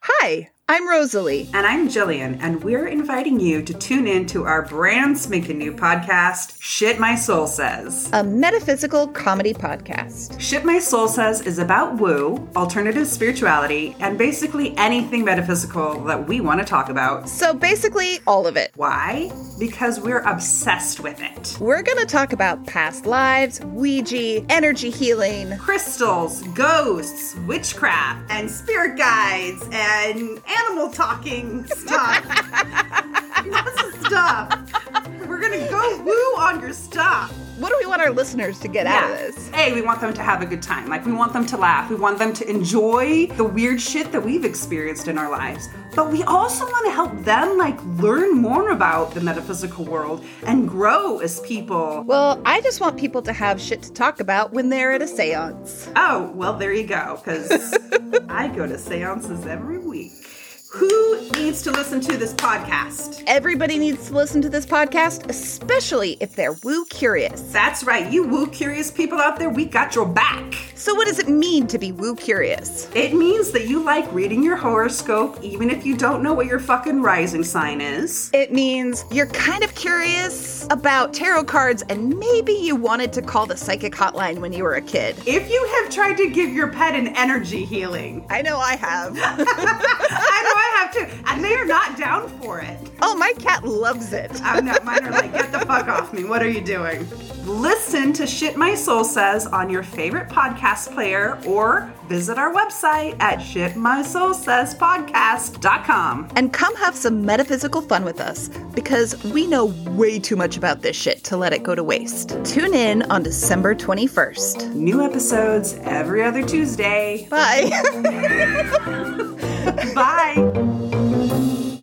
Hi, I'm Rosalie. And I'm Jillian, and we're inviting you to tune in to our brand spanking new podcast, Shit My Soul Says. A metaphysical comedy podcast. Shit My Soul Says is about woo, alternative spirituality, and basically anything metaphysical that we want to talk about. So basically, all of it. Why? Because we're obsessed with it. We're going to talk about past lives, Ouija, energy healing, Crystals, ghosts, witchcraft, and spirit guides, and animal talking stuff. Lots of stuff. We're gonna go woo on your stuff. What do we want our listeners to get out of this? A, we want them to have a good time. Like, we want them to laugh. We want them to enjoy the weird shit that we've experienced in our lives. But we also want to help them, like, learn more about the metaphysical world and grow as people. Well, I just want people to have shit to talk about when they're at a seance. Oh, well, there you go, because I go to seances every week. Who needs to listen to this podcast? Everybody needs to listen to this podcast, especially if they're woo curious. That's right, you woo curious people out there, we got your back. So, what does it mean to be woo curious? It means that you like reading your horoscope, even if you don't know what your fucking rising sign is. It means you're kind of curious about tarot cards and maybe you wanted to call the psychic hotline when you were a kid. If you have tried to give your pet an energy healing, I know I have. I know I have too, and they are not down for it. oh, my cat loves it. Oh no, mine are like, get the fuck off me. What are you doing? Listen to Shit My Soul Says on your favorite podcast player or visit our website at shitmysoulsayspodcast.com. And come have some metaphysical fun with us because we know way too much about this shit to let it go to waste. Tune in on December 21st. New episodes every other Tuesday. Bye. Bye.